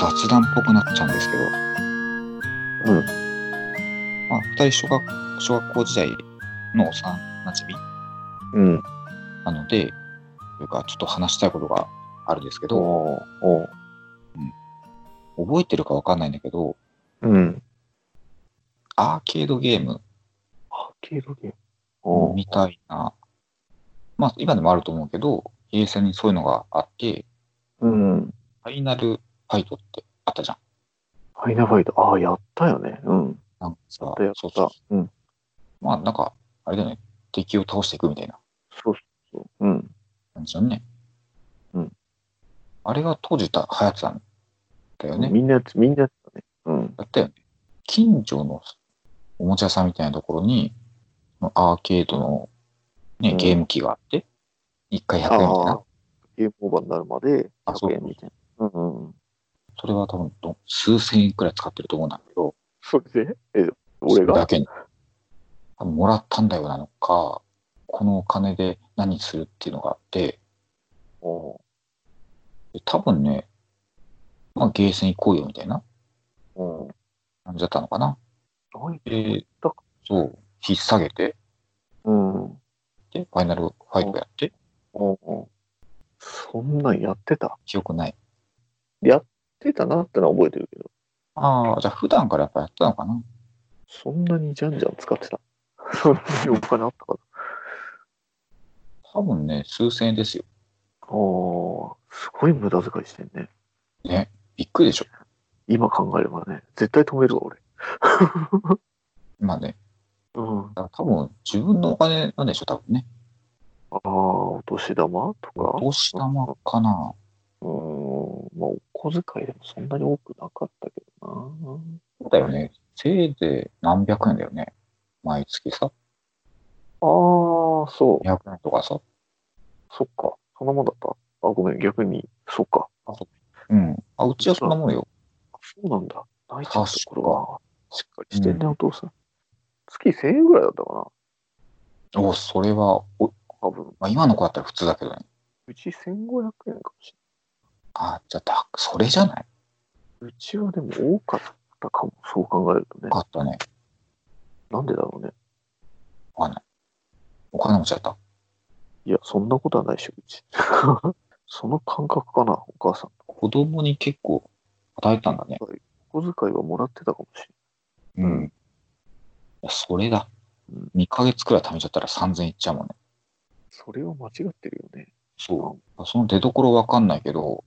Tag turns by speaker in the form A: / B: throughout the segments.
A: 雑談っぽくなっちゃうんですけど、
B: うん。
A: まあ、二人小学小学校時代の幼なじみ
B: うん。
A: なので、というか、ちょっと話したいことがあるんですけど、
B: おうおう
A: 覚えてるかわかんないんだけど、
B: うん。
A: アーケードゲーム
B: アーケードゲーム。おう
A: みたいな、まあ、今でもあると思うけど、平成にそういうのがあって、
B: うん。
A: ファイナルファイトってあったじゃん。
B: ファイナルファイト。ああ、やったよね。うん。
A: なんかさ
B: やったやっ、
A: そうそ
B: た
A: う。。
B: うん。
A: まあ、なんか、あれだよね、敵を倒していくみたいな
B: そうそうそう。うん。
A: 感じだね。
B: うん。
A: あれが当時た流行ってたんだよね。
B: みんなやつ、みんなやったね。うん。
A: だって、近所のおもちゃ屋さんみたいなところに、アーケードの、ね、
B: うん
A: ゲーム機があって、1回100円みたい
B: あ
A: な
B: あ。。ゲームオーバーになるまで
A: あそう
B: 100円みたいな。うんうん。
A: それは多分ど、数千円くらい使ってると思うんだけど、
B: それでえ、俺
A: それだ
B: が
A: けに。多分もらったんだよなのか、このお金で何するっていうのがあって、
B: おう
A: で多分ね、まあ、ゲーセン行こうよみたいな
B: うん。
A: 感じだったのかな。
B: 何
A: で
B: 行ったか、
A: そう、引っ提げて、
B: うん。お
A: で、ファイナルファイトやって、
B: うおうそんなんやってた
A: 記憶ない。
B: やってたなってのは覚えてるけど、
A: ああ、じゃあ普段からやっぱやってたのかな。
B: そんなにじゃんじゃん使ってた。 そんなにお金あったかな。
A: 多分ね、数千円ですよ。
B: あーすごい無駄遣いしてんね。
A: ね。びっくりでしょ。
B: 今考えればね、絶対止めるわ、俺。
A: まあね、
B: うん。あ
A: だから多分自分のお金なんでしょ、多分ね。
B: あー、お年玉とか。
A: お年玉かな。
B: うーん。まあ、お小遣いでもそんなに多くなかったけどな。
A: そうだよね。せいぜい何百円だよね。毎月さ、
B: ああ、そう。
A: 200円とかさ。
B: そっか。そんなもんだった。あ、ごめん、逆に、そっか。あ、そ
A: うん。あ、うちはそんなもんよ。
B: うなんだ。泣いちゃったこれは。しっかり
A: し
B: してて
A: ん
B: ん
A: ね
B: ね、お父さん。月1000円ぐらいだったかな。
A: おそれは、お
B: 多分。
A: まあ、今の子だったら普通だけどね。
B: うち1500円かもしれない。
A: あ、じゃあだ、それじゃないう
B: ちはでも多かったかも、そう考えるとね
A: よ。かったね。
B: なんでだろうね。
A: わかんない。お金持ちだった。
B: いや、そんなことはないでしょ、うち。 その感覚かな、お母さん。
A: 子供に結構与えたんだね。
B: お小遣いはもらってたかもし
A: う。いやそれだ
B: うん。
A: 2ヶ月くらい貯めちゃったら3000いっちゃうもんね。
B: れない。それは間違ってるよね。
A: そう。その出どころわかんないけど、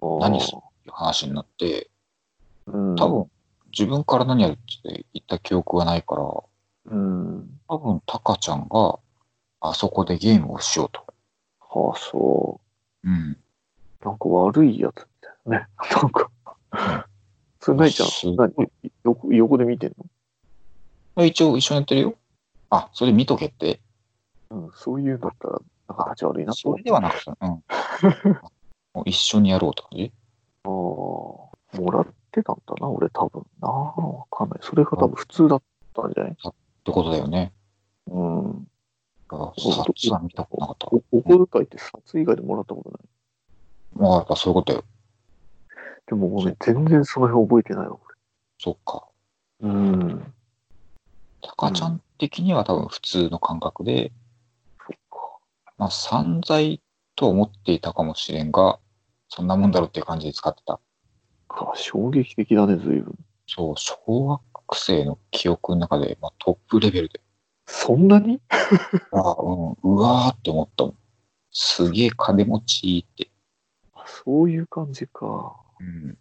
B: あー
A: 何すいう話になって、
B: うん。
A: 多分、自分から何やるって言った記憶がないから、多
B: うん。
A: 分、タカちゃんが、あそこでゲームをしようと。
B: はあ、そ
A: うん。
B: う。なんか悪いやつみたいなね。 なんか。それないちゃん
A: す、ごい
B: 何横横で見てん
A: 一応、一緒にやってるよ。あ、それ見とけって。
B: のうん、そういうのだったら、なんか立ち悪いなと
A: そ
B: 思っ
A: れではなくて、 うん。もう一緒にやろうって感じ
B: ああ、もらってたんだな、俺多分な。わかんない。それが多分普通だったんじゃない
A: ってことだよね。
B: うん。
A: だから
B: そう
A: そっちは見たことなかった。
B: おお小遣いって札以外でもらったことない。
A: まあ、やっぱそういうことよ。
B: でもごめん、全然その辺覚えてないわ、
A: そっか。
B: 俺。うん。
A: タカちゃん的には多分普通の感覚で、
B: そっか。
A: まあ、散財と思っていたかもしれんが、そんなもんだろうっていう感じで使ってた。
B: か衝撃的だね、随分。
A: そう、小学生の記憶の中で、まあ、トップレベルで、
B: そんなに
A: あうん、うわーって思ったもん。すげえ金持ちいいって。
B: あそういう感じか。
A: うん。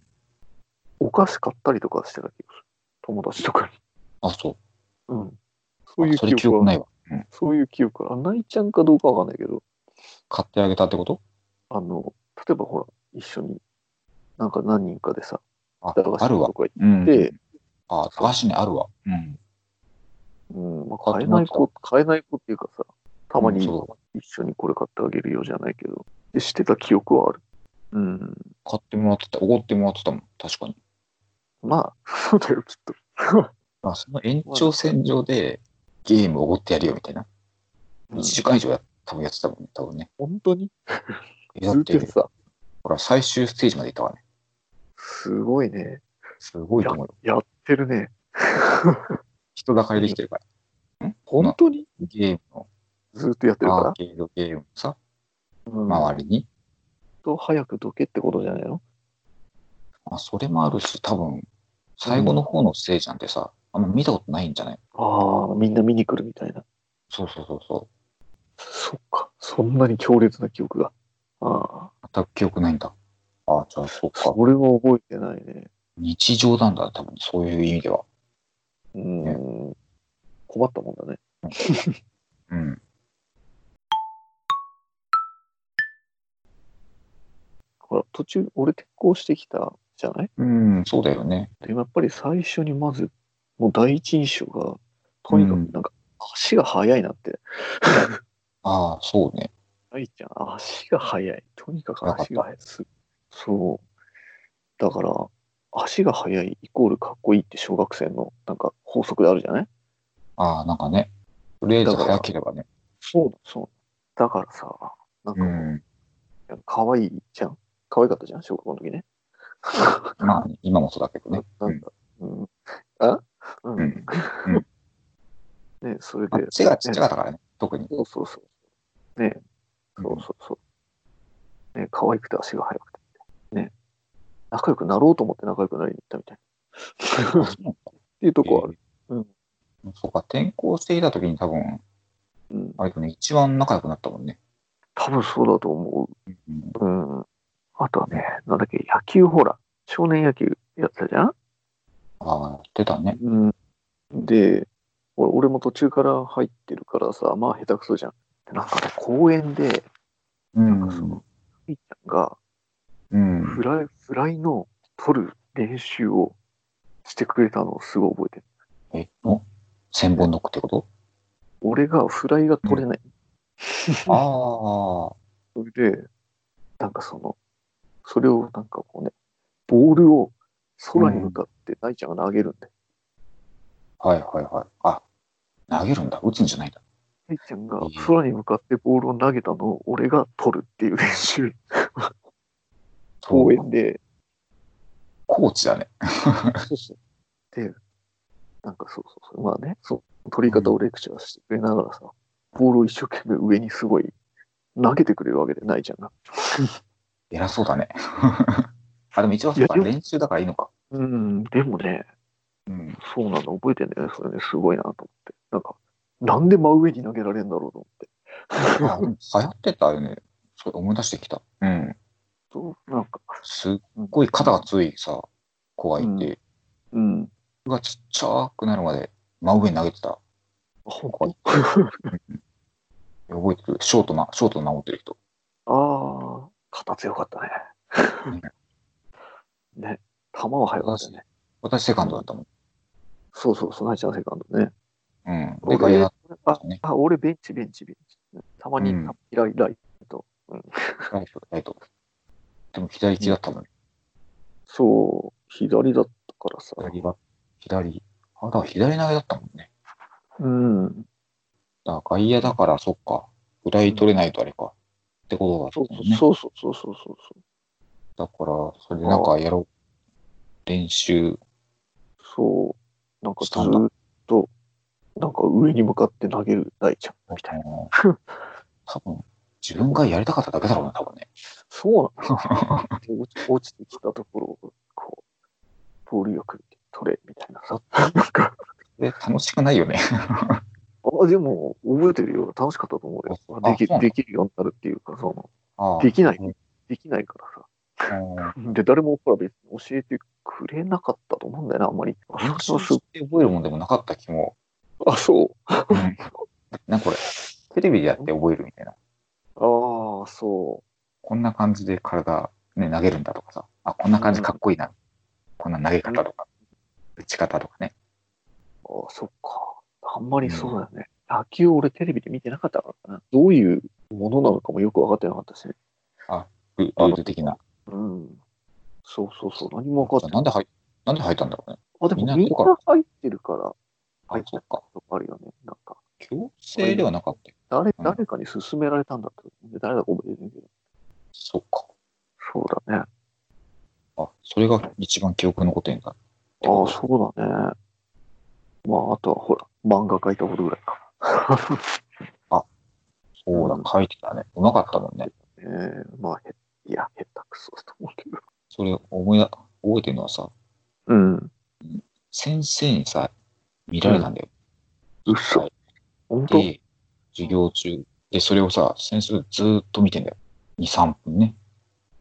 B: お菓子買ったりとかしてた気がする。友達とかに。
A: あ、そう。
B: うん。そ
A: そう
B: いう
A: それ記
B: 記憶
A: 憶
B: は、
A: ないわ。
B: そういう記憶は、あ、ないちゃんかどうかわかんないけど、
A: 買ってあげたってこと
B: あの、例えばほら、一緒に、なんか何人かでさ、
A: あ
B: 駄菓、
A: あ
B: 子
A: るわ
B: と。か行っ
A: うん。
B: て、
A: あ、駄菓子にあるわ。うん。
B: うん、まあ、買えない子、買えない子っていうかさ、たまに
A: うんそ
B: 一緒にこれ買ってあげるよじゃないけど、でしてた記憶はある。うん、
A: 買ってもらってた、おごってもらってたもん。確かに。
B: まあ、そうだよ、きっと。
A: まあ、その延長線上でゲームをおごってやるよみたいな。
B: う
A: 1
B: ん
A: 時間以上や多分やってたもんね、多分ね。
B: 本当に
A: えだ
B: ず
A: っ
B: ってと、さ、
A: ほら、最終ステージまで行ったからね。
B: すごいね。
A: すごいと思うよ。
B: やってるね。
A: 人だかりできてるから。
B: 本当に
A: ゲームの、
B: ずっとやってる
A: アー
B: か
A: ケードゲームのさ、
B: ら。うん、
A: 周りに。
B: と早くどけってことじゃないの
A: まあ、それもあるし、多分、最後の方のステージなんてさ、あんま見たことないんじゃない
B: ああ、みんな見に来るみたいな。
A: そうそうそうそ
B: そっか。そんなに強烈な記憶が。あ
A: う。全く記憶ないんだ。ああ、じゃあ、そう
B: あ、
A: か。
B: それも覚えてないね。
A: 日常なんだ、多分、そういう意味では。
B: うん。困ったもんだね。
A: うん。
B: ほら、途中、俺転校してきたじゃない
A: うん、そうだよね。
B: でもやっぱり最初にまず、もう第一印象が、とにかくなんか、足が速いなって。
A: ああ、そうね。
B: 愛ちゃん、足が速い。とにかく足が速い。すそう。だから、足が速いイコールかっこいいって小学生のなんか法則であるじゃない
A: ああ、なんかね。とりあえず
B: だから
A: 早ければね。
B: そうだ、そうだ。だからさ、なん
A: う
B: か、
A: ん。
B: 可愛いじゃん。可愛かったじゃん、小学校の時ね。
A: まあ、今もそうだけどね。
B: なんだ。うん。あう
A: うんん。
B: ね、それ
A: まあ
B: で。
A: 背がちっちゃか
B: ね
A: ったからね、特に。
B: そうそうそう。ね、そうそうそう。ね、可愛くて足が速くて。ね。仲良くなろうと思って仲良くなりに行ったみたいな。 っ
A: そう
B: ていうとこはある。うん
A: えーそうか、転校していた時に多分、
B: うん。
A: あれだね、一番仲良くなったもんね。
B: 多分そうだと思
A: うん、
B: う。うん。あとはね、なんだっけ、野球ほら、少年野球やってたじゃん
A: ああ、やってたね。
B: うん、で俺俺も途中から入ってるからさまあ下手くそじゃんでなんかね公園で
A: う
B: なんかそのみっちゃんが
A: うん
B: フ。ライフライの取る練習をしてくれたのをすごい覚えてる
A: え、の千本ノックってこと
B: 俺がフライが取れない、
A: あ
B: それでなんかそのそれをなんかこうねボールを空に向かって大ちゃんが投げるんで、
A: あ、はいはいはい。あ、投げるんだ。打つんじゃないんだ。
B: 大ちゃんが空に向かってボールを投げたのを俺が取るっていう練習公園で
A: コーチだね。
B: そうそう。で、なんかそうそうそう。まあね、そう、取り方をレクチャーしてくれながらさ、ボールを一生懸命上にすごい投げてくれるわけでないじゃんな。
A: 偉そうだね。 あ、でも一応そうか、
B: いやで
A: 練習だからいいのか。
B: うん、でもね、
A: うん。
B: そうなんだ、覚えてんだよね、それね、すごいなと思って。なんか、なんで真上に投げられるんだろうと思って。
A: あでも流行ってたよね。そう思い出してきた。うん。
B: そうなんか、
A: すっごい肩がついさ、子がいて、
B: うん、
A: うがちっちゃくなるまで真上に投げてた。
B: あ、本
A: 覚えてる。ショートな、ショートな守ってる人。
B: 当 ああ、肩強かったね。ね、球は速かったね。
A: 私、セカンドだったもん。
B: そうそう、そう、ナイちゃんセカンドね。
A: うん。
B: 俺
A: で、外野だっ
B: あ
A: たね。
B: あ、俺ベンチ、ベンチ、ベンチ。たまに、
A: うん
B: ライライト。
A: ライト、ライト。でも、左利きだったもん。
B: そう、左だったからさ。
A: 左が、左。あ、だから左投げだったもんね。
B: うん。
A: だから外野だから、そっか。フライ取れないとあれか。ってこと
B: そ
A: だっ
B: う
A: たもんね。
B: そうそうそうそうそうそう。
A: だから、それでなんかやろう。練習。
B: そう。なんかず
A: したんだ
B: ーっと、なんか上に向かって投げる大ちゃんみたいな。
A: 多分、自分がやりたかっただけだろうね、多分ね。
B: そうなの で落ち落ちてきたところを、こう、ボールよく取れみたいな さ。なんか、
A: で、楽しくないよね。
B: あ、でも覚えてるよ。楽しかったと思うよ。
A: あ
B: でき
A: そうなの
B: できるようになるっていうか、その、
A: ああ
B: できない
A: うん、
B: できないからさ。
A: うん
B: で、誰もほら別に教えてくれなかったと思うんだよな、あんまり。あ、
A: そ
B: そう
A: 知
B: う
A: って覚えるもんでもなかった気も。
B: あ、そう。
A: なんかこれ、テレビでやって覚えるみたいな。
B: ああ、そ
A: こんな感じで体、ね、投げるんだとかさ。あ、こんな感じかっこいいな。こんな投げ方とか、打ち方とかね。
B: う。ああ、そっか。あんまりそうだよね。野球俺テレビで見てなかったからな。どういうものなのかもよく分かってなかったしね。
A: ルルール的な。
B: うん。そうそうそう。何も分かってな。
A: ないんで入っなんで入ったんだろうね。
B: あ、で
A: みん
B: も
A: な
B: みん
A: どう
B: な入ってるから
A: あ
B: 入っ、た
A: そっ
B: こ
A: か。
B: とあるよね。なんか、
A: 強制ではなかったよ。
B: 誰、
A: うん
B: 誰かに勧められたんだと思うんで。誰だか覚えてないけど。
A: そっか。
B: そうだね。
A: あ、それが一番記憶残ってんだ。
B: ああ、そうだね。まあ、あとはほら、漫画描いたことぐらいか。
A: そうだ、書いてたね。うまかったもんね。
B: えー、まあ、へいや、下手くそだと思うけど。
A: それ思い出、覚えてるのはさ、
B: うん。
A: 先生にさ、見られたんだよ。
B: うっそ。本当
A: で、授業中。で、それをさ、先生ずーっと見てんだよ。2、3分ね。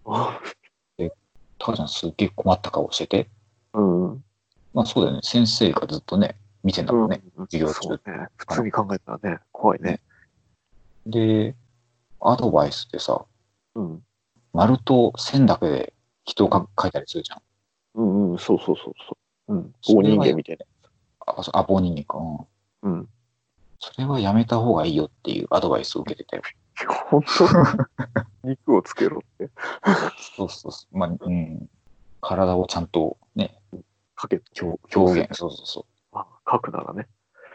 B: あ
A: たかちゃんすっげえ困った顔してて。
B: うん。うん。
A: まあそうだよね。先生がずっとね、見てんだもんね。授業中
B: そうね。普通に考えたらね、怖いね。
A: で、アドバイスってさ、
B: うん。
A: 丸と線だけで人が書いたりするじゃん。
B: うんうん、そうそうそうそう。うん。
A: それ
B: 大
A: は
B: 人間みたいな。
A: あ、そうあ棒人間か。うん。
B: うん。
A: それはやめた方がいいよっていうアドバイスを受けて たよ。
B: 本当 肉をつけろって。
A: そうそうそう。まあ、うん。体をちゃんとね、
B: かけ、
A: 表表現、そうそうそ
B: あ書くならね。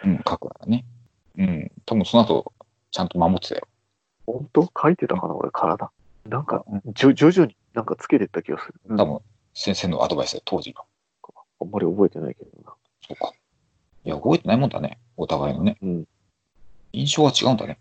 A: う。うん、書くからね。うん。多分その後、ちゃんと守ってたよ。
B: 本当書いてたかな、俺、体。なんか、
A: うん
B: じょ徐々になんかつけてった気がする。
A: 多分、先生のアドバイスで当時が。
B: あんまり覚えてないけどな。
A: そうか。いや、覚えてないもんだね。お互いのね。
B: うん。
A: 印象が違うんだね。